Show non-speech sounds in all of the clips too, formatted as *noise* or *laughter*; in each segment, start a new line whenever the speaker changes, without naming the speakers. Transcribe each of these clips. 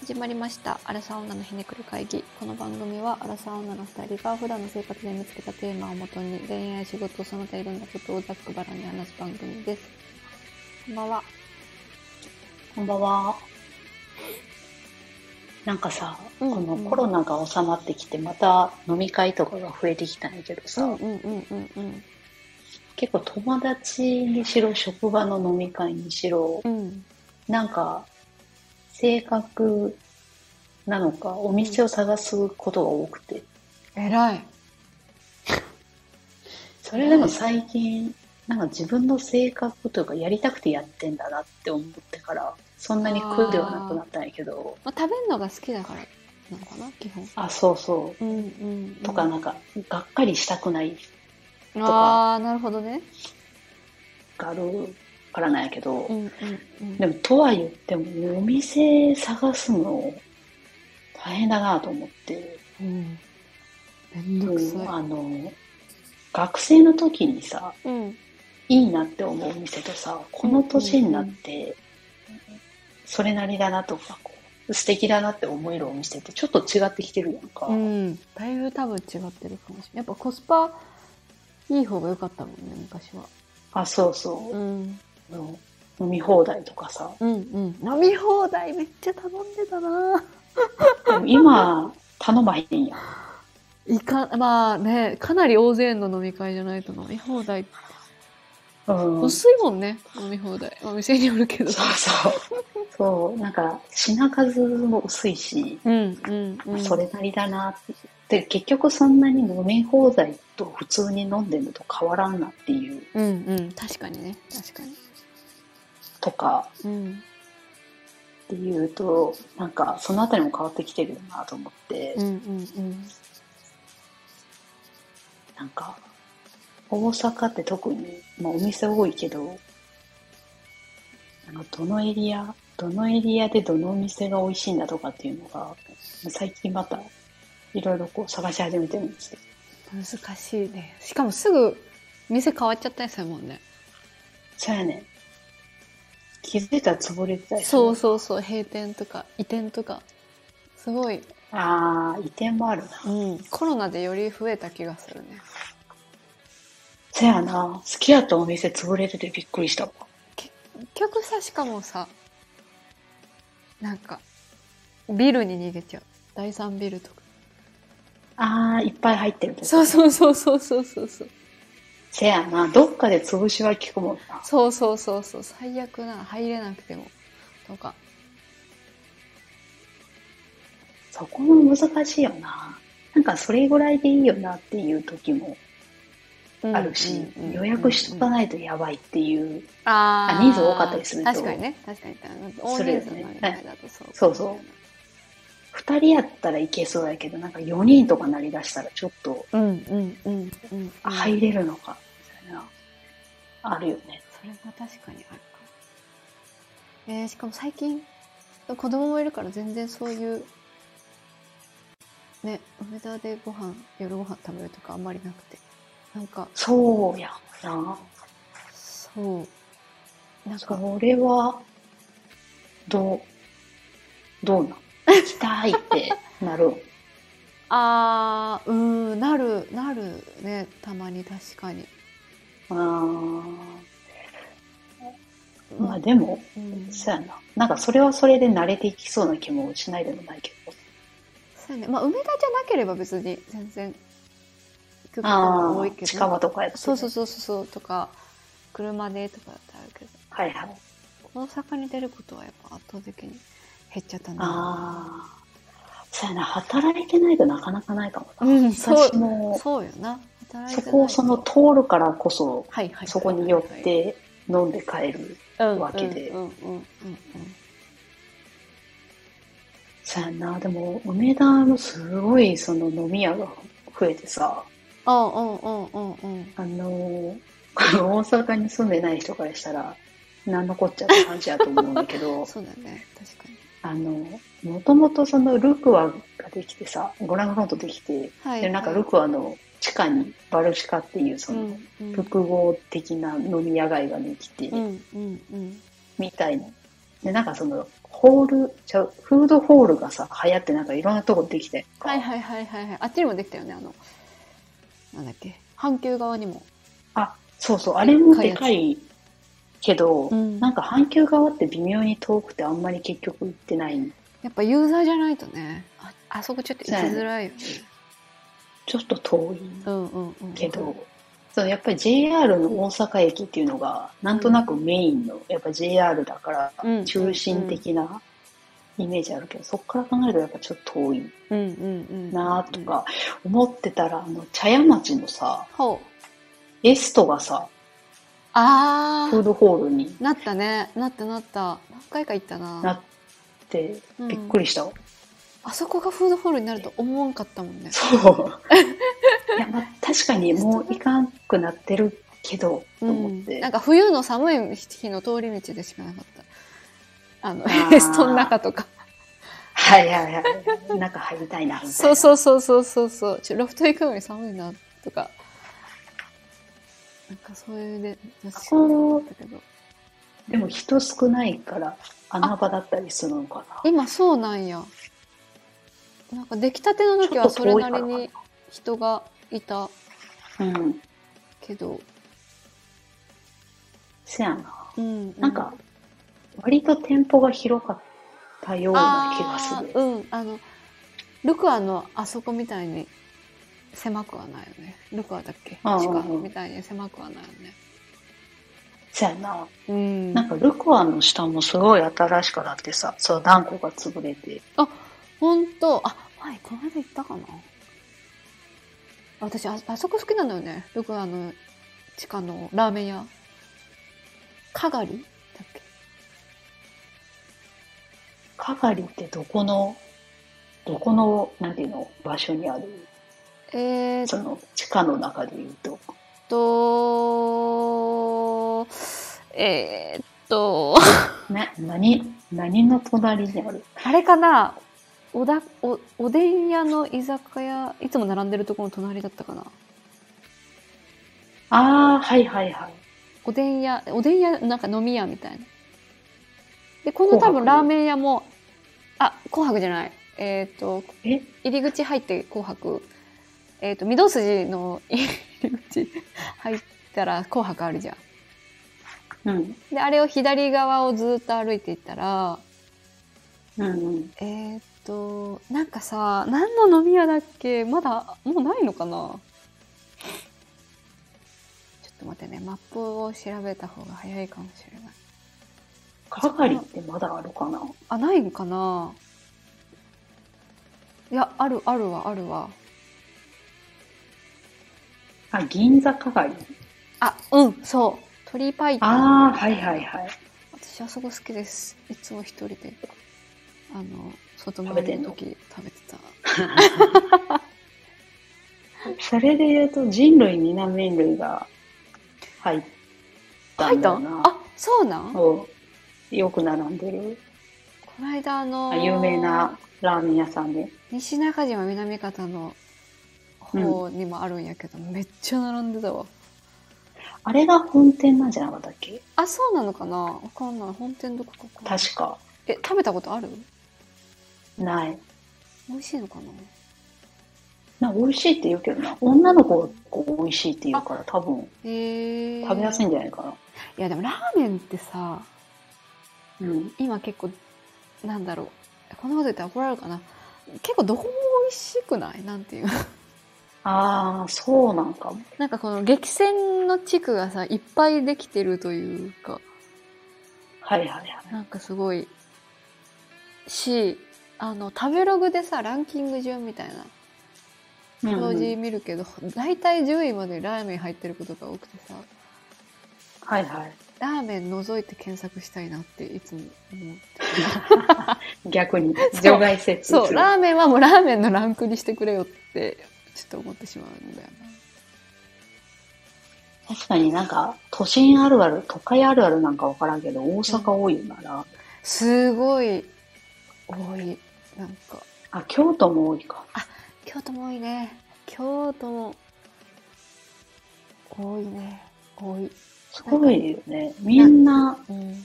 始まりました「アラサー女のひねくる会議」この番組はアラサー女の2人が普段の生活で見つけたテーマをもとに恋愛仕事その他いろんなことをざっくばらんに話す番組ですこんばんは
こんばんは。なんかさ、
うん
こ
うん
のコロナが収まってきて、また飲み会とかが増えてきたんやけどさ、
うんうんうんうん
結構友達にしろ、職場の飲み会にしろ、
うん
なんか、性格なのか、お店を探すことが多くて、
偉い
それでも最近、なんか自分の性格というか、やりたくてやってんだなって思ってから、そんなに苦ではなくなったんやけど、
まあ、食べるのが好きだからなのかな基本
あそうそ
うんうん、
う。とか、なんか、がっかりしたくない
ああーなるほどね
があるからなんやけど、
うんうんうん
でもとは言ってもお店探すの大変だなと思って、
うんめんどく
う
さ
んあの学生の時にさ
いうん
いいなって思うお店とさこの年になってそれなりだなとかこう素敵だなって思えるお店ってちょっと違ってきてるやんか、
うん、だいぶ多分違ってるかもしれないやっぱコスパいい方が良かったもんね昔は、
あそうそうう、
ん、
あの飲み放題とかさ
うんうん飲み放題めっちゃ頼んでたな
でも今頼まへんやん
いかまあねかなり大勢の飲み会じゃないと飲み放題
うん、
薄いもんね飲み放題お店によ *laughs* るけど
そうそう。そう、なんか品数も薄いし、
うんうんうん
それなりだなって。で、結局そんなに飲み放題と普通に飲んでるのと変わらんなっていう
うんうん確かにね確かに
とか
うん
っていうと、なんかそのあたりも変わってきてるよなと思って、
うんうんうん
なんか大阪って特に、まあお店多いけど、なんかどのエリア、どのエリアでどのお店が美味しいんだとかっていうのが、最近またいろいろこう探し始めてるんですよ。
難しいねしかもすぐ店変わっちゃったりするもんね
そうやねん。気づいたら潰れてたりする
そうそうそう閉店とか移転とかすごい
ああ、移転もあるな。
うん、コロナでより増えた気がするね
せやな。好きやったお店潰れててびっくりしたわ。
結局さしかもさなんかビルに逃げちゃう第三ビルとか
ああ、いっぱい入ってるとこ
そうそうそうそうそうそうそう
せやな。どっかで潰しは効くもんな。
そうそうそうそう最悪な入れなくてもとか
そこも難しいよな。なんかそれぐらいでいいよなっていう時もあるし、予約しとか
い
ないとやばいっていう。
あ
あ人数多かったりすると
確かにね確かに大
するよ
人
ね
数の中だとそう
そうそう二人やったらいけそうやけど、なんか四人とかなりだしたらちょっと
うんうんうんうん
あ入れるのか、みたいな。あるよね。
それは確かにあるかも。えー、しかも最近子供もいるから全然そういうね梅田でご飯夜ご飯食べるとかあんまりなくてなんか
そうやな。
そうなんか
それは、どう、どうなん行きたいって
*laughs*
なる。
あーうーんなるなるねたまに確かに。
あーまあ
うん
でも、
うん
そうやな。なんかそれはそれで慣れていきそうな気もしないでもないけど。
そうやねまあ梅田じゃなければ別に全然行くこと
あ
が多い
あ、
けど
近場とかやったら
そうそうそうそうとか車でとかだったらあるけど。
はいはい。
大阪に出ることはやっぱ圧倒的に減っちゃったな
ああ。そうやな。働いてないとなかなかないかもな。
うんそう
私も、
そうよな働い
そ
てない
こをその通るからこそ、
はいはい
そこに寄って飲んで帰る。わけで
うんうんうんうん
そうやな。でも、梅田のすごいその飲み屋が増えてさ、
うんうんうんうんうん
あのー *laughs* この大阪に住んでない人からしたら、何のこっちゃって話やと思うんだけ
う *laughs*
ど
ん、そうだね確かに
あの、もともとそのルクアができてさ、ご覧のことできて、
はい
で、なんかルクアの地下にバルシカっていうその
うんうん
複合的な飲み屋街ができて
う、んうんうん
みたいな。で、なんかその、ホール、ちゃう、フードホールがさ、流行ってなんかいろんなとこできて。
はいはいはいはいはい。あっちにもできたよね、あの、なんだっけ、阪急側にも。
あ、そうそう、あれもでかいけど、
うん
なんか阪急側って微妙に遠くてあんまり結局行ってない。
やっぱユーザーじゃないとね、ああそこちょっと行きづらいよね。
ちょっと遠い
うんうんうん。
けど、そう、やっぱり JR の大阪駅っていうのが、なんとなくメインの、やっぱ JR だから
うん、
中心的なイメージあるけど、そっから考えるとやっぱちょっと遠い
うんうんうん。
なと。か思ってたら、あの、茶屋町のさ、
ほう。
エストがさ、
あ
フー
ー。
ドホールに
なったね。なったなった。何回か行ったな。
なって、
うん
びっくりしたわ。
あそこがフードホールになると思わんかったもんね。
そう。
*laughs*
いや、まあ、確かにもういかんくなってるけど、と思って。
なんか冬の寒い日の通り道でしかなかった。あの、
ー
*laughs* エストの中とか。
はいはいはい。中入りたいなみたいな。
そうそうそうそうそうそう。ちょロフト行くのに寒いな、とか。なんかそういうで、私
こ
だけど。
でも人少ないから穴場だったりするのかな。
今そうなんや。なんか出来たての時はそれなりに人がいた
うん。
けど。
せやな。
うん、
なんか、割と店舗が広かったような気が
あ
す
ー
る。
うん、あの、ルクアのあそこみたいに狭くはないよね。ルクアだっけ
うんうんうん
地下みたいに狭くはないよね。
せやな。
うん。
なんかルコアの下もすごい新しくなってさ、そう、何個か潰れて。
ほんと、あ、前この間行ったかな。私あ、あそこ好きなのよね。ルクアの地下のラーメン屋。かがりだっけ
かがりってどこの、どこの、なんていうの、場所にある
えー
その地下の中で言うと。
っと、えーっと、
な、何、何の隣にある
あれかなおだおおでん屋の居酒屋いつも並んでるところの隣だったかな
ああ、はいはいはい。
おでん屋おでん屋なんか飲み屋みたいなでこの多分
紅白
ラーメン屋もあ紅白じゃないえっ、と
え
入り口入って紅白えっ、と御堂筋の入り口入ったら紅白あるじゃん
うん。
であれを左側をずっと歩いていったら
うんうん。
えーっと、なんかさ、何の飲み屋だっけまだ、もうないのかなちょっと待ってね、マップを調べた方が早いかもしれない。
かがりってまだあるかな
あ、ないんかないや、ある、あるわ、あるわ。
あ、銀座かがり。
あ、うん、そう。鳥パイタン。
ああ、はいはいはい。
私、あそこ好きです。いつも一人で、あの、外回りの時食べてた。
それで言うと人類みな麺類が入った
パイ
ん
タ
だよ
ン
な。
あ、そうなんこ
そうよく並んでる。
の間、あの
あ
ー
有名なラーメン屋さんで。
西中島南方の方にもあるんやけど、めっちゃ並んでたわ
あれが本店なんじゃなかったっけ
あそうなのかなわかんない本店どこかか
確か。
え食べたことある
ない。
美味しいのかな
なんか美味しいって言うけどな。女の子がこう美味しいって言うから多分
えー、
食べやすい
い
んじゃないかな。
いやでもラーメンってさ
うん。
今結構なんだろうこんなこと言ったら怒られるかな結構どこも美味しくないなんていう *laughs*
ああ、そうなんかも。
なんかこの激戦の地区がさいっぱいできてるというか
はいはいはい。
なんかすごいしあの食べログでさランキング順みたいな
うんうん
表示見るけど、大体10位までラーメン入ってることが多くてさ
はいはい。
ラーメン覗いて検索したいなっていつも思う
逆に除外説
そうラーメンはもうラーメンのランクにしてくれよってちょっと思ってしまうんだよ
確かになんか都心あるある都会あるあるなんか分からんけど大阪多いよな、ら
なすごい多いなんか
あ京都も多いか
京都も多いね京都も多いね多い、
すごいよねみんな
うん、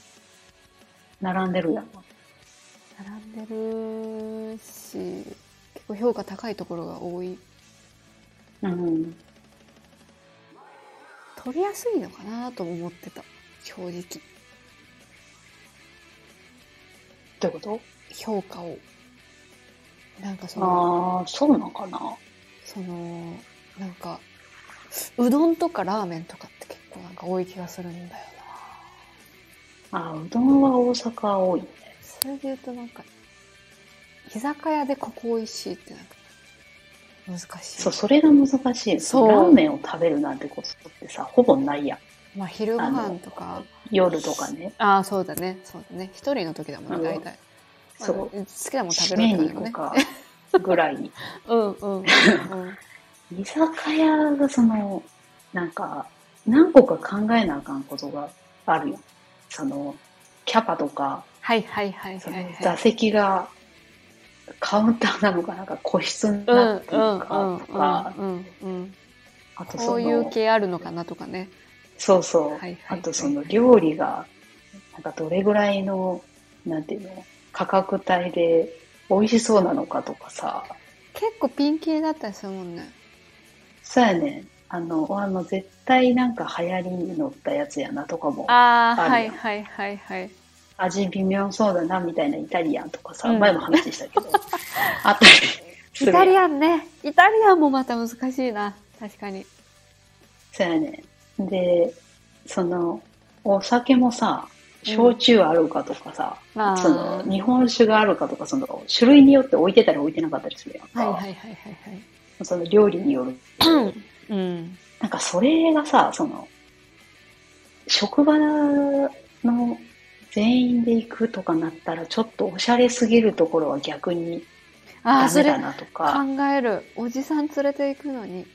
並んでるやん
並んでるし結構評価高いところが多い
うん。
取りやすいのかなとも思ってた正直
どういうこ
評価をなんかそ
と
の
ああ、そうなんかな。
そのなんかうどんとかラーメンとかって結構なんか多い気がするんだよな
あーうどんは大阪多い。
それで言うとなんか居酒屋でここ美味しいってなんか難しい
そう、それが難しいよね。
そう
ラーメンを食べるなんてことってさ、ほぼないやん。
まあ昼ご
あ
飯
の
とか
夜とかね。
ああそうだねそうだね一人の時だもんね
う
大
ん
体、まあ
そう。
好きなもん食べ
締め
る
に
と
行
か
く
ね
か、ぐらい。
うんうんうんうん
居酒屋がその、なんか、何個か考えなあかんことがあるよ。その、キャパとか、
はいはいはい
そ
は
の
いは
座
い
席がカウンターなのか、なんか個室
う
に
ん
なって
う
る
ん
かとか、
うんうんうん
あと
こ
そう
いう
の、
系あるのかなとかね
そうそう、
いはいはい
あとその料理が、なんかどれぐらいの、なんていうの、価格帯で美味しそうなのかとかさ、
結構ピンキリだったりするもんね
そうやねん。あの、あの、絶対なんか流行りに乗ったやつやなとかも、
ああ
あ
は
る
い
やん
はいはいはい
味微妙そうだなみたいなイタリアンとかさ、
うん
前も話したけ
*laughs*
ど、あったりす
イ
る
タリ
ン
アンねイタリアンもまた難しいな確かに
そうやねん。で、その、お酒もさ、焼酎あるかとかさ、
まあ
その、日本酒があるかとか、その、種類によって置いてたり置いてなかったりするや
は
ん
い
か。
はいはいはいはい
その料理による。
うんうん
なんかそれがさ、その、職場の全員で行くとかなったら、ちょっとおしゃれすぎるところは逆に
あ
ダ
あそ
メ
れ
だなとか、
考えるおじさん連れて行くのに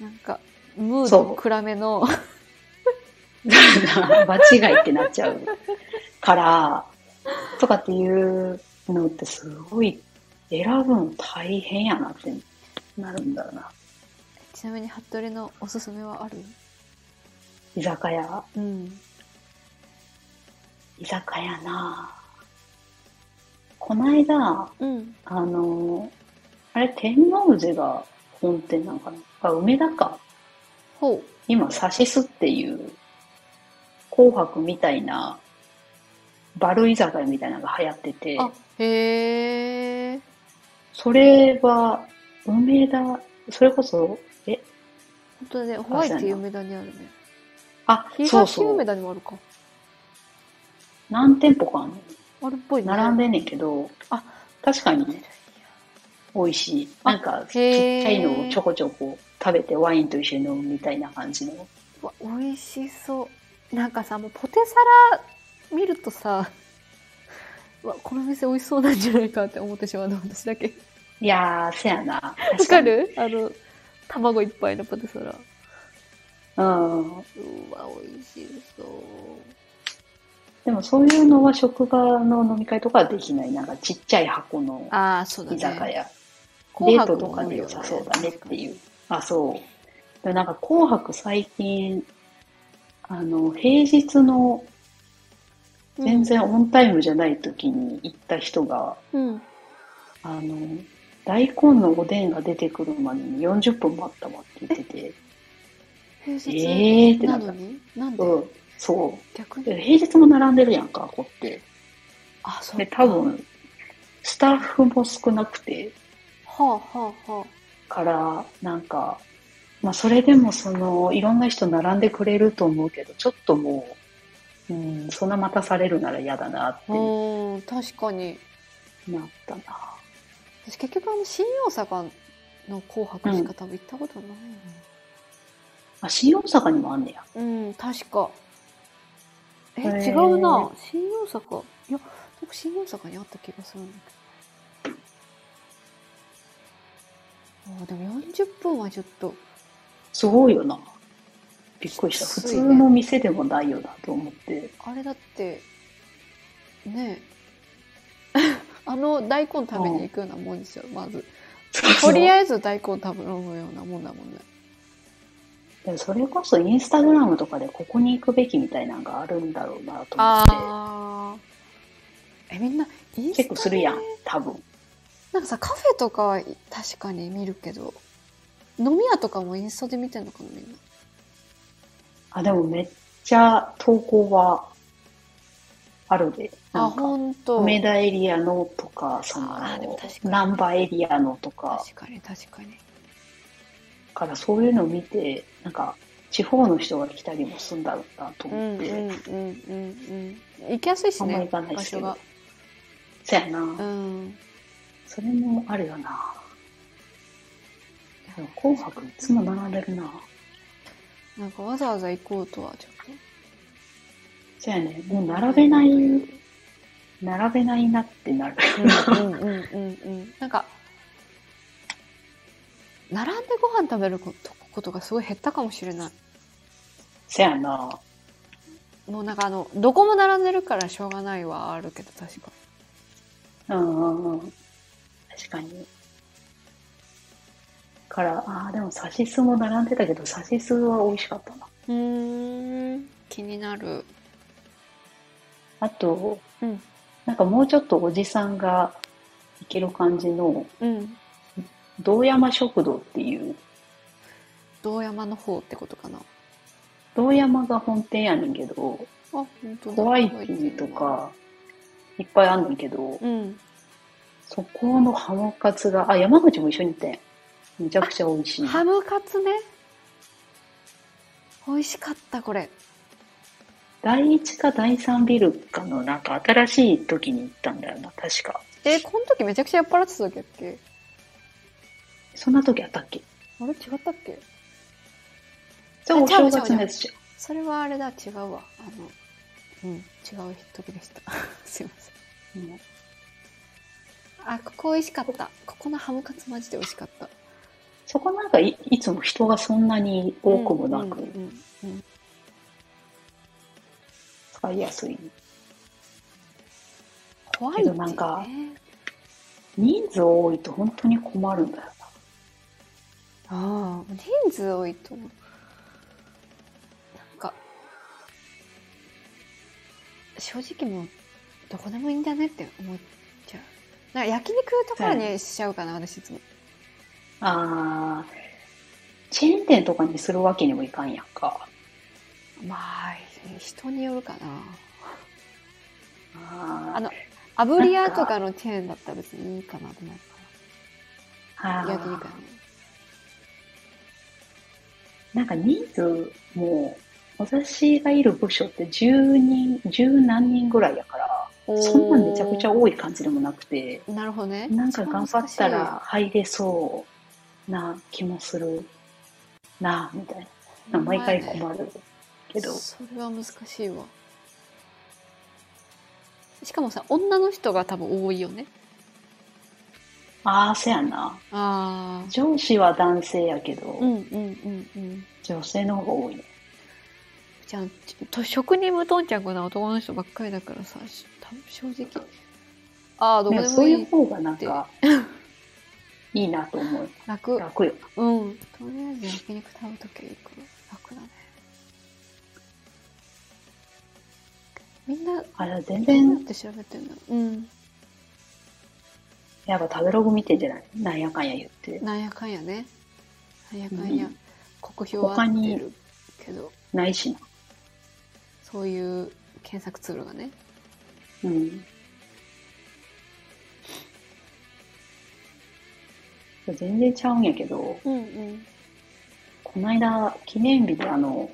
なんかムー
そ
ド
う
暗めの *laughs*
*laughs* 場違いってなっちゃうから、とかっていうのってすごい選ぶの大変やなってなるんだよな。
ちなみに服部のおすすめはある
居酒屋、
うん
居酒屋なぁこないだ、
うん
あの、あれ、天王寺が本店なのかなあ、梅田か。
ほう
今、サシスっていう、紅白みたいな、バル居酒屋みたいなのが流行ってて、
あへえ
それは、梅田、それこそ、え、
本当だねホワイト梅田にあるね
あ、そう
東
そ
梅
う、
田にもあるか
何店舗かあんの
あれっぽいね
並んでんねんけど、
あ
確かにね、美味しい。
あ
なんか、ちっ
へー
ちゃいのをちょこちょこ食べてワインと一緒に飲むみたいな感じの。
うわ美味しそうなんかさもうポテサラ見るとさうわこの店美味しそうなんじゃないかって思ってしまうの私だけ
いやー、せやな。わ
わかるあの卵いっぱいのポテサラ
うん。
うわ美味しそう
でもそういうのは職場の飲み会とかはできない。なんかちっちゃい箱の
ああそうだね
居酒屋。デ
紅
ー
白
トとかで良さそうだねって
う
いう。あ、そう。でもなんか紅白最近、あの、平日の全然オンタイムじゃない時に行った人が、
うん、うん
あの、大根のおでんが出てくるまでに40分待ったわって言ってて、
平日
えーってな
な
った
の。になんで、
うん、そう。
逆
で
に
平日も並んでるやんか、ここって。
あそう
で、多分、スタッフも少なくて、
はあはあはあ
から、なんか、まあ、それでも、その、いろんな人並んでくれると思うけど、ちょっともう、うん、そんな待たされるなら嫌だなって
うん確かに
なったな。
私結局あの新大阪の「紅白」しか多分行ったことないね、
あ、新大阪にもあんねや。
うん、確かえ、
へー
違うな新大阪いや僕新大阪にあった気がするんだけどあーでも40分はちょっと
すごいよな。びっくりした。
き
普
ついね
通の店でもないよなと思って。
あれだってねえ *laughs* あの大根食べに行くようなもんですよまずとり
え
あえず大根食べるようなもんだもんね
ず。それこそインスタグラムとかでここに行くべきみたいなのがあるんだろうなと思って。
ああえみんなインスタで
結構するやん、多分。
なんかさカフェとかは確かに見るけど飲み屋とかもインスタで見てんのかなみんな
あ、でもめっちゃ投稿はあるで。な
あ
んか、
本当
梅田エリアのとか、その
あーでも確か、に
難波エリアのとか、
確かに確かに
からそういうのを見て、なんか、地方の人が来たりもするんだろうなと
う
思
んう
っ
ん
て、
うんうんうん行きやすいし
あんま
ね
行かない
場
ですけ
所
ど
が。
そやな、
うん
それもあるよな。でも紅白いつも並んでるな。
なんかわざわざ行こうとはちょっと
そやね、もう並べない、並べないなってなる。 *laughs*
うんうんうんうんうんなんか並んでご飯食べることことがすごい減ったかもしれない
そやな。
もうなんかあのどこも並んでるからしょうがないはあるけど確か
うんうんうん。確かに。から、ああ、でもサシスも並んでたけど、サシスは美味しかったな。
うーん気になる
あと、
うん
なんかもうちょっとおじさんが行ける感じの、
うん
堂山食堂っていう、
堂山の方ってことかなあ
堂山が本店やねんけど、
本当だ
ホワイティとか、いっぱいあんねんけど、
うん
そこのハムカツが、あ、山口も一緒に行ったんやめちゃくちゃ美味しい。
ハムカツね美味しかったこれ
第一か第三ビルかの、なんか新しい時に行ったんだよな、確か。
えー、この時めちゃくちゃ酔っ払ってた時だっけ
そんな時あったっけ
あれ違ったっけ
それお
ちゃ
正
うちゃう
月のやつじゃん。
それはあれだ違うわあのうん違う時でした *laughs* すいません
うん
あここ美味しかったここのハムカツマジで美味しかった
そこなんかいいつも人がそんなに多くもな
うん
く
うんうん
使いやすい。
ホワイト、ね、
けどなんか人数多いと本当に困るんだよな。
ああ人数多いと思うなんか正直もうどこでもいいんだねって思っちゃうなんか焼肉とかにしちゃうかな、私いつも
あー、チェーン店とかにするわけにもいかんやんか。
まあ人によるかなあ
あ
の炙り屋とかのチェーンだったら別にいいかなと思う
あ
焼肉屋
ー
の
なんか人数も、私がいる部署って10人、十何人ぐらいやから、そんなめちゃくちゃ多い感じでもなくて、
なるほどね
なんか頑張ったら入れそうな気もするな、みたいな。毎回困るけど。
それは難しいわしかもさ女の人が多分多いよね
ああ、せやな。
ああ
上司は男性やけど、
うんうんうんうん
女性の方が多いね。
じゃあちと食に無頓着な男の人ばっかりだからさし多分正直ああどこ
なん
で
か
も
そう
い
い
いう
方がなん
*laughs*
か、いいなと思う。
楽
楽よ。
うんとりあえず焼肉食べときゃいいから楽だねみんな
あれ、全
どうやっ
然、
て調べてんだろううん
やっぱ食べログ見てんじゃないなんやかんや言って。
なんやかんやねなんやかんや、
うん
国評は合ってるけど
ないしな。
そういう検索ツールがね
うん。全然ちゃうんやけど、
うんうん
この間、記念日であの、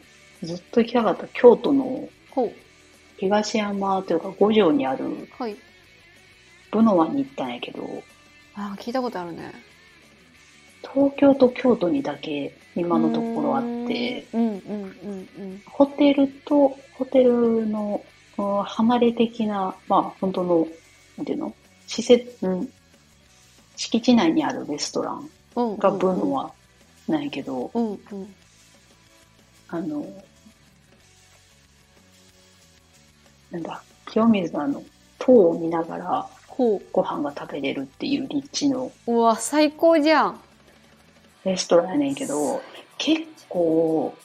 ずっと行きたかった京都の
ほ
東山というか五条にある
うはい
ブノワに行ったんやけど、
あ聞いたことあるね
東京と京都にだけ今のところあって、
うんうんうんうん
ホテルと、ホテルのうん離れ的な、まあ本当の、なんていうの施設、うん敷地内にあるレストラン
うんうん
がブノワなんやけど、
うんうん
あの、なんだ、清水のあの、塔を見ながら
ほ
ご飯が食べれるっていう立地の
ううわ最高じゃん
レストランやねんけど、結構、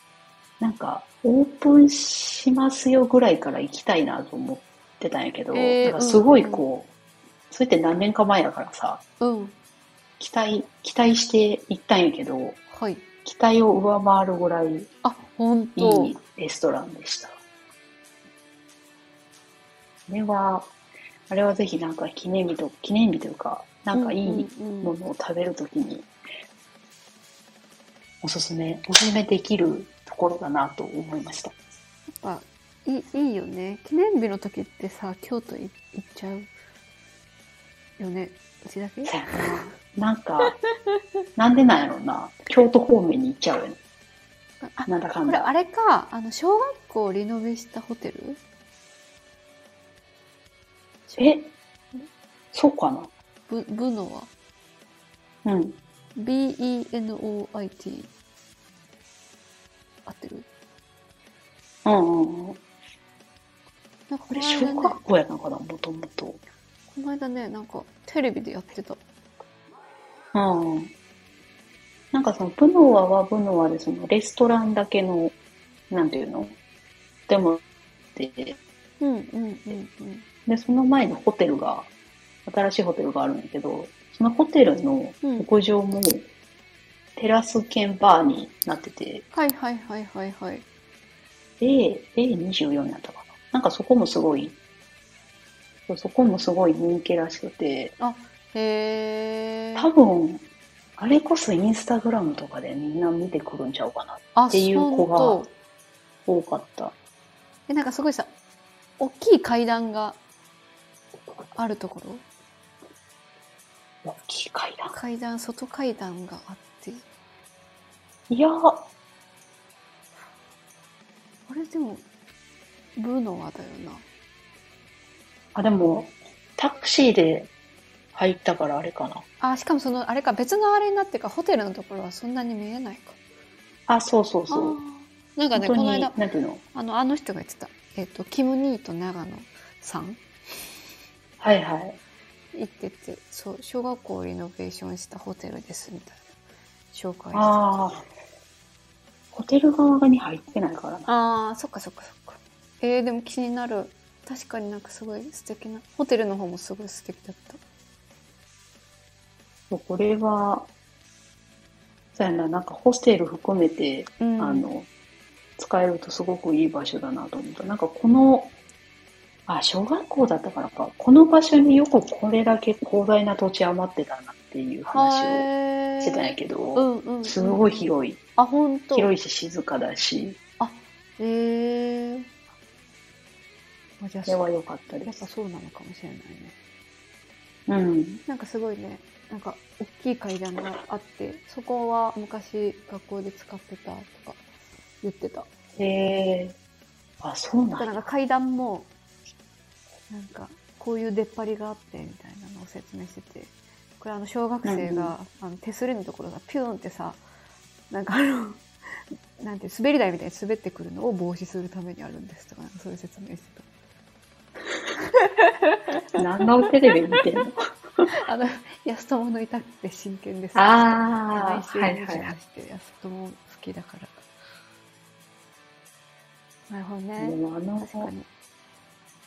なんか、オープンしますよぐらいから行きたいなと思ってたんやけど、
えー
なんかすごいこう、それって何年か前だからさ、
うん。
期待、期待して行ったんやけど、
はい。
期待を上回るぐらいい
あ、本当。
いレストランでした。あれは、あれはぜひなんか記念日と、記念日というか、なんかいい
うんうんう
も
ん
のを食べるときに、おすすめ、おすすめできるところだなと思いました。
やっぱいいいいよね記念日の時ってさ京都い行っちゃうよねうちだけ
そうやななんか、なんでなんやろうな。京都方面に行っちゃうよね。
あ
なんだか
こ
ん
れ
だ。
あれかあの小学校をリノベしたホテル
えそうかな
ぶブノは
うん。
BENOIT 合ってる
うんうんうん。
なんかこ
これ
の間ね
小学校やなかな、もともと。
この間ねなんかテレビでやってた
うんうん。なんかその、ブノワはブノワで、そのレストランだけの、なんていうのでも、で、
うんうんうんうん
で、その前のホテルが、新しいホテルがあるんだけど、そのホテルの
うん
屋上も、テラス兼バーになってて、
はいはいはいはいはい
A、A24 になったかな。なんかそこもすごい、そうそこもすごい人気らしく
へ
て、
え
多分、あれこそインスタグラムとかでみんな見てくるんちゃうかな。
って
いう子が多かった。
えなんかすごいさ大きい階段があるところ
大きい階段。
階段外階段があって
いや、
あれでもブノワだよな
あ、でも、タクシーで入ったからあれかな。
あしかもそのあれか別のあれになってかホテルのところはそんなに見えないか
あ、そうそうそ
あ
う。
ーなんか
本
ね
当
この
に、
間
なんていうの
あのあの人が言ってた、えっとキム・ニート長野さん
はいはい。
行っててそう小学校をリノベーションしたホテルですみたいな紹介してた
ああ。ホテル側に入ってないからな。
あーそっかそっかそっかえー、でも気になる確かになんかすごい素敵なホテルの方もすごい素敵だった
そうこれは、そうやな、なんかホステル含めて、
うん
あの、使えるとすごくいい場所だなと思った。なんかこの、あ、小学校だったからか、この場所によくこれだけ広大な土地余ってたなっていう話を
を
してたんやけ
う
ど、
んうんうん
すごい広い。
あ本当
広
い
いし静かだし、
えー、あじゃあ
それは良かったで
やっ
す
ぱ。そうなのかもしれないね
うん。
なんかすごいねなんか大きい階段があってそこは昔学校で使ってたとか言ってた
へえあ、そう
だか
な
ら
んだ。
なんか階段もなんかこういう出っ張りがあってみたいなのを説明しててこれあの小学生が、あの手すりのところがピューンってさなんかあの *laughs* なんていう滑り台みたいに滑ってくるのを防止するためにあるんですとかなんかそういう説明して
何のテレビ見て
*laughs*
んの
たあの安友のいたって真剣です
あ
毎
あ、
週
はい
ニュースと
はいはい。
して安友好きだから、なるほど
で
ね
もあの
確かに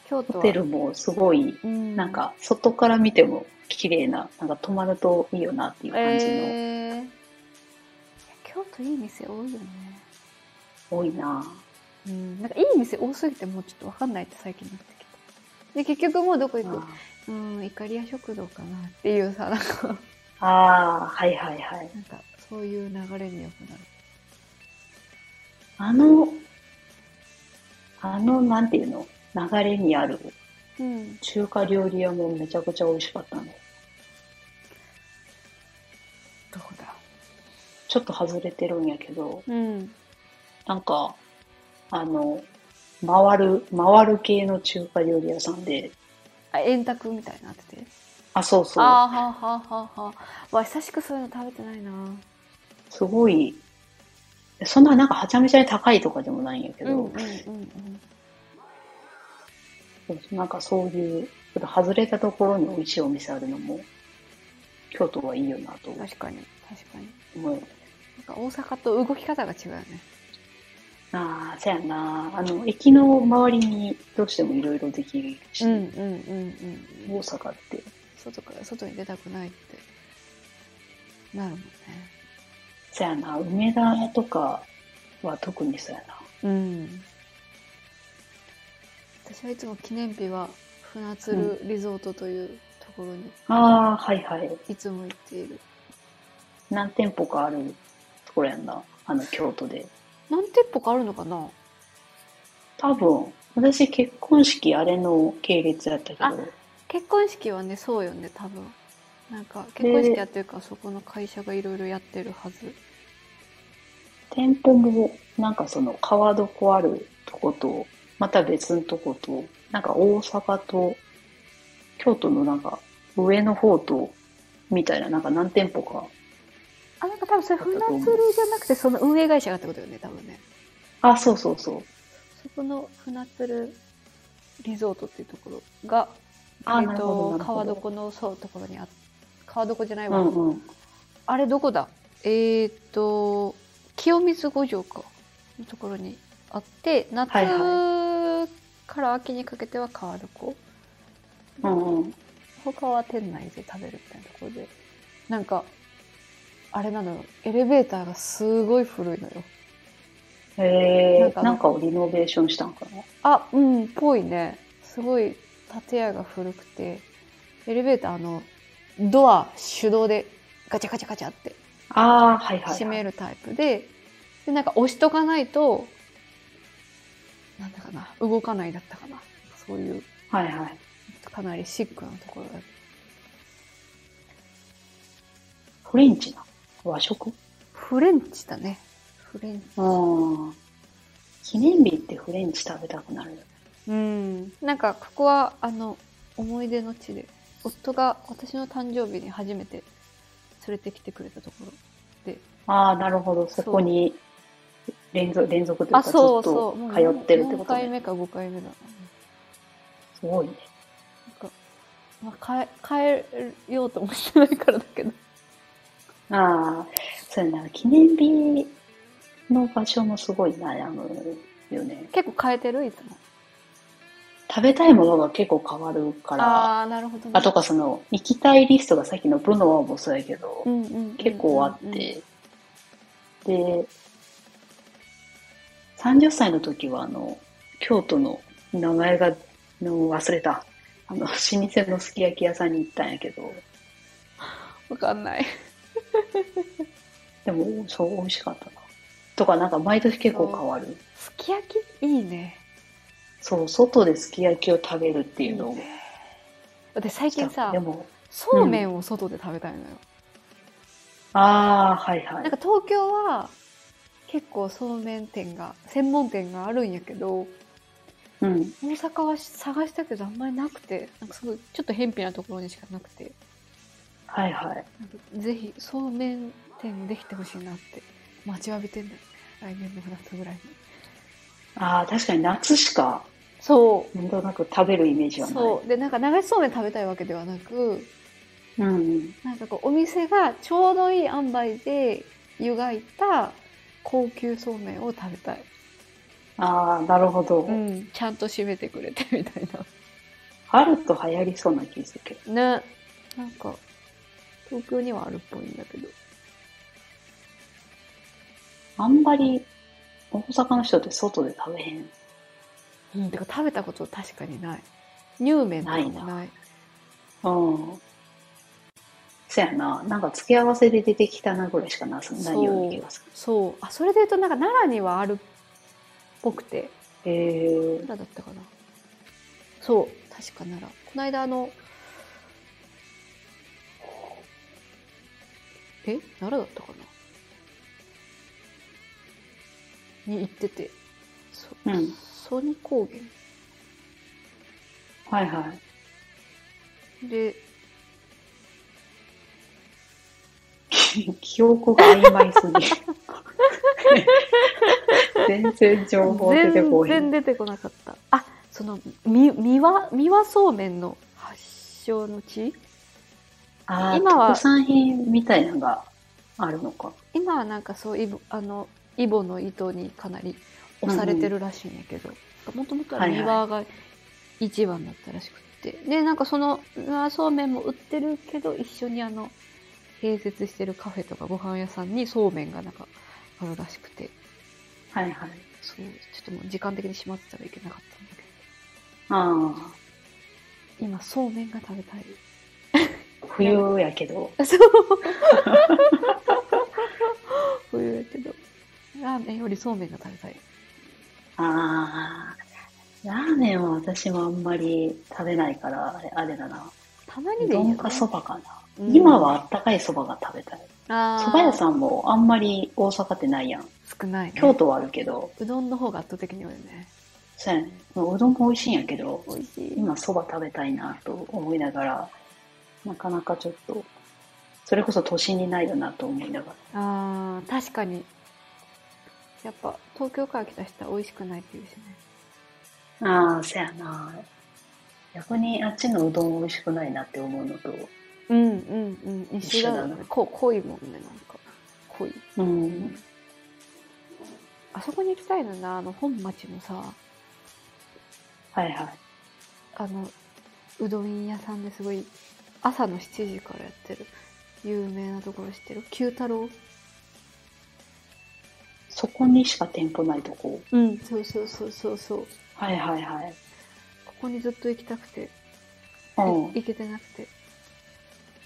京都
ホ
は
テルもすごい、
うん
なんか外から見ても綺麗な、なんか泊まるといいよなっていう感じの、
えーいや京都いい店多いよね、
多いな。
うん、なんかいい店多すぎてもうちょっと分かんないって最近なってきたで結局もうどこ行くうんイカリア食堂かなっていうさなん *laughs* か
ああ、はいはいはい。
なんかそういう流れによくなる
あの、あの、なんていうの、流れにある
うん
中華料理屋もめちゃくちゃ美味しかったの。
どこだ
ちょっと外れてるんやけど、
うん
なんか、あの、回る、回る系の中華料理屋さんで、
あ円卓みたいになってて
あ、そうそう。
あーはあはあはあはあわ久しくそういうの食べてないな
すごい、そんななんかはちゃめちゃに高いとかでもないんやけ
うんうん
ど
うん、うん
なんかそういう、ちょっと外れたところに美味しいお店あるのも、京都はいいよなと
確かに確かに
思う。
なんか大阪と動き方が違うよね
ああ、そやな。あの、駅の周りにどうしてもいろいろできるし、
うんうんうん
大阪って
外から外に出たくないってなるもんね
そやな、梅田とかは特にそやな。
うん私はいつも記念日は船鶴リゾートというところに
ああ、はいはい。
いつも行っている、
何店舗かあるところやんな。あの、京都で。
何店舗かあるのかな
多分、私結婚式あれの系列やったけ
あ
ど、
結婚式はねそうよね多分なんか結婚式やってるからそこの会社がいろいろやってるはず
店舗もなんかその川床あるとこと、また別のとこと、なんか大阪と京都のなんか上の方と、みたいな、なんか何店舗か。
あなんか多分それ船鶴じゃなくてその運営会社がってことよね多分ね
あ、そうそうそう。
そこの船鶴リゾートっていうところが
あ
えっ
なるほど
と
なる
川
ほど
床のそうところにあ川床じゃないうわ、
んうん。
あれどこだえーっと清水五条かのところにあって夏
はい
から秋にかけては川床
うんうん。
他は店内で食べるみたいなところでなんかあれなのよエレベーターがすごい古いのよな
へ
ん
え、
か
なんかをリノベーションしたんかな。
あうんぽいねすごい建屋が古くてエレベーターのドア手動でガチャガチャガチャって
ああ、はいはい、はい。
閉めるタイプで,、でなんか押しとかないとなんだかな動かないだったかなそういう
はいはい。
かなりシックなところだ
フレンチな。和食
フレンチだねフレンチ
うん。記念日ってフレンチ食べたくなるよね。
うん、なんかここはあの思い出の地で夫が私の誕生日に初めて連れてきてくれたところ
ああ、なるほど。そこに連続、連続という
あ
かずっ
そう
と
そう
通ってるっ
4
てこと
回
ね。
目か5回目だな
すごいね。
なんか、まあ、変え変えようと思ってないからだけど
ああ、そうやな。記念日の場所もすごい悩むよね。
*laughs* 結構変えてるいつも
食べたいものが結構変わるから。
ああーなるほど、ね、
あとかその、行きたいリストがさっきの部のもそうやけど、
うんうんうんうん
結構あって、で、30歳の時は、あの、京都の名前が、の忘れた、あの、老舗のすき焼き屋さんに行ったんやけど、
わかんない
でも、そう、美味しかったな。とか、なんか、毎年結構変わる。
すき焼きいいね
そう、外ですき焼きを食べるっていうのを
私最近さ
でも、
そうめんを外で食べたいのよ、
ああ、はいは
なん
い。
か東京は結構そうめん店が専門店があるんやけど
うん。
大阪は探したけどあんまりなくてなんかすごいちょっと偏僻なところにしかなくて
はいはい。
なんかぜひそうめん店できてほしいなって待ちわびてんだよね来年の夏ぐらいに
ああ、確かに夏しか、
そ
なんとなく食べるイメージ
う
はない。
そうでなんか流しそうめん食べたいわけではなく
う。うん。
なんかこうお店がちょうどいい塩梅で湯がいた高級そうめんを食べたい、
ああ、なるほど。
うん、ちゃんと締めてくれてみたいな
春と流行りそうな気するけど。
ねなんか東京にはあるっぽいんだけど
あんまり大阪の人って外で食べへん。
うんてか食べたこと確かにない乳麺とかもない
うん。そやな。なんか付け合わせで出てきたなぐらいしかなすないような気がす
そうあそれで言うとなんか奈良にはあるっぽくて
る。へえ。
奈良だったかなそう確か奈良この間あのえ奈良だったかなに行っててそ
うん。
ソニ高原
はいはい。 *laughs*
で
記憶が曖昧
*laughs*
すぎる。全然情報出てこ
全
へ
然
ん。
出てこなかったあそのみ三輪三輪そうめんの発祥の地
ああ、
今は
特産品みたいなのがあるのか。
今はなんかそうイボあのイボの糸にかなり押されてるらしいんやけどもともとは
はいはい
三輪が一番だったらしくて、って。で、なんかその、奈良そうめんも売ってるけど、一緒にあの、併設してるカフェとかご飯屋さんにそうめんがなんか、あるらしくて。
はいはい。
そう、ちょっともう時間的に閉まってたらいけなかったんだけ
ああ、
ど。今、そうめんが食べたい。
冬やけど。
そう。冬やけど。 *laughs* ラーメンよりそうめんが食べたい。
ああ、ラーメンは私もあんまり食べないから、あれあれだな。
たまに
う
でいい
ど
よ、
ん
ね。
かそばかな。
うん
今はあったかいそばが食べたい。
あ
そば屋
ん
さんもあんまり大阪ってないやん。
少ない、ね。
京都はあるけど、
うどんの方が圧倒的に多いよね。
そうやね。まあうどんも美味しいんやけど、
美味しい。
今そば食べたいなと思いながら、なかなかちょっと、それこそ都心にないよなと思いながら。
ああ、確かに。やっぱ、東京から来た人は美味しくないって言うしね。
ああ、そやな。逆にあっちのうどん美味しくないなって思うのと、
うんうんうん。一緒だよ
一緒だ
ね。こ濃いもんね、なんか。濃い。
うん。
あそこに行きたいのな、あの、本町のさ、
はいはい。
あの、うどん屋さんですごい、朝の7時からやってる、有名なところ知ってる九太郎
そこにしか店舗ないとこ。
うん。そうそうそうそうそう。
はいはいはい。
ここにずっと行きたくて、
うん。
行けてなくて。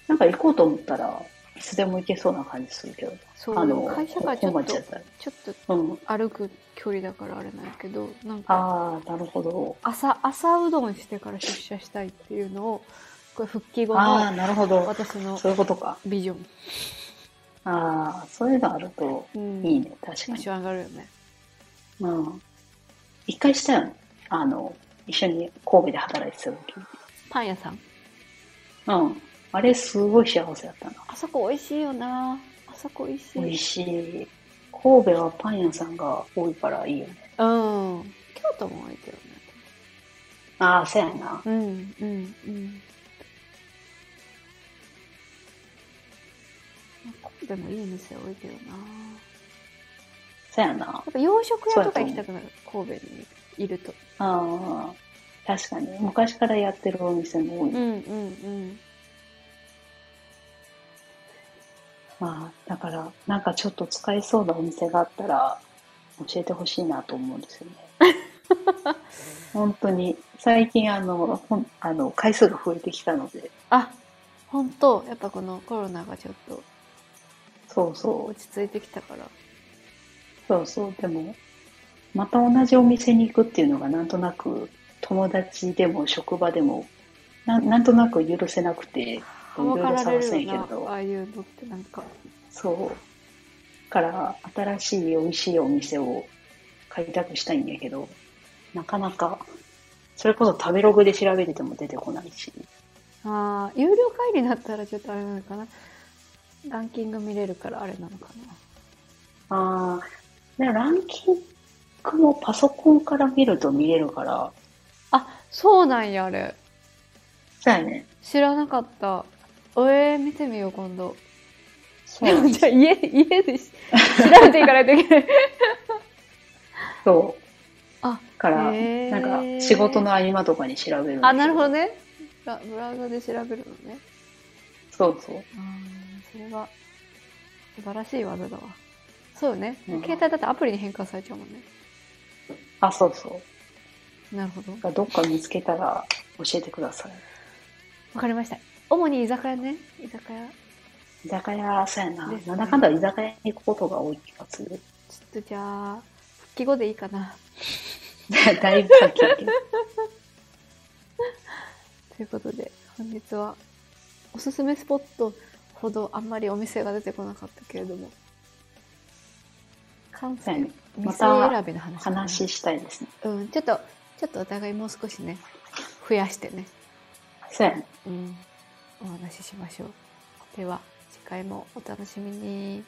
なんか行こうと思ったら、いつでも行けそうな感じするけど。
そう、
あの、
会社からちょ
困
っ
っ
と
ちゃ、った。
ちょっと
うん。
歩く距離だからあれなんやけどなんか
ああ、なるほど。
朝朝うどんしてから出社したいっていうのをこれ復帰後
ああ、
の
なるほど。
私の
そういうことか。
ビジョン、
ああ、そういうのあると
うん、
いいね、確
テ
か
ン
に
シ。ョン上がるよね
うん。一回したよね。あの、一緒に神戸で働いてた時。
パン屋さん
うん。あれ、すごい幸せだったな。
あそこ美味しいよなあそこ美味しい
美味しい。神戸はパン屋さんが多いからいいよね。
うん京都も多いけどね
ああ、そうやな。
うんうんうんまあ神戸もいい店多いけどな
そうやな。
やっぱ洋食屋とか行きたくなる神戸にいると
ああ、確かに。昔からやってるお店も多い。
うんうんうん
まあ、だから、なんかちょっと使えそうなお店があったら、教えてほしいなと思うんですよ
*laughs*
ね。本当に、最近あの、ほんあの、回数が増えてきたので、
あ本当やっぱこのコロナがちょっと
そうそう、
落ち着いてきたから
そうそう、でも、また同じお店に行くっていうのがなんとなく、友達でも職場でも、ななんとなく許せなくて、いろ
はいばか
ろ
ら
探
れ
せん
る
け
よ
れ
な
ど
あ、あいうのってなんか
そう。から、新しい美味しいお店を開拓したいんやけど、なかなか、それこそ食べログで調べてても出てこないし。
あー有料会員になったらちょっとあれなのかなランキング見れるからあれなのか
ああ、でもランキングもパソコンから見ると見れるから、
なあそうなんやあれ
そうやね。
知らなかったえー、見てみよう今度
そう
で *laughs*
や
も
ね。
*laughs* じゃあ家家でし調べていかないといけ *laughs* ない
そう。
あ
から、
へー
なんか仕事の合間とかに調べるんだ
あ
け
なるほど。ねあブラウザで調べるのね
そうそう。
うんそれは素晴らしい技だわそうよね、
うん
携帯だってアプリに変換されちゃうもんね
あ、そうそう。だ
なるほど
からどっか見つけたら教えてください。
わかりました主に居酒屋ね居酒屋
居酒屋、そうやな。
ですね
なんだかんだ居酒屋に行くことが多い気がする。
ちょっとじゃあ復帰後でいいかな
*laughs* だいぶ先やけど。
ということで本日はおすすめスポットほどあんまりお店が出てこなかったけれども関
そ
西
うやね。ま
店
た
選びの話かな
話したいですね。
うんちょっとちょっとお互いもう少しね増やしてね
そうやね。
うん、お話ししましょう。では、次回もお楽しみに。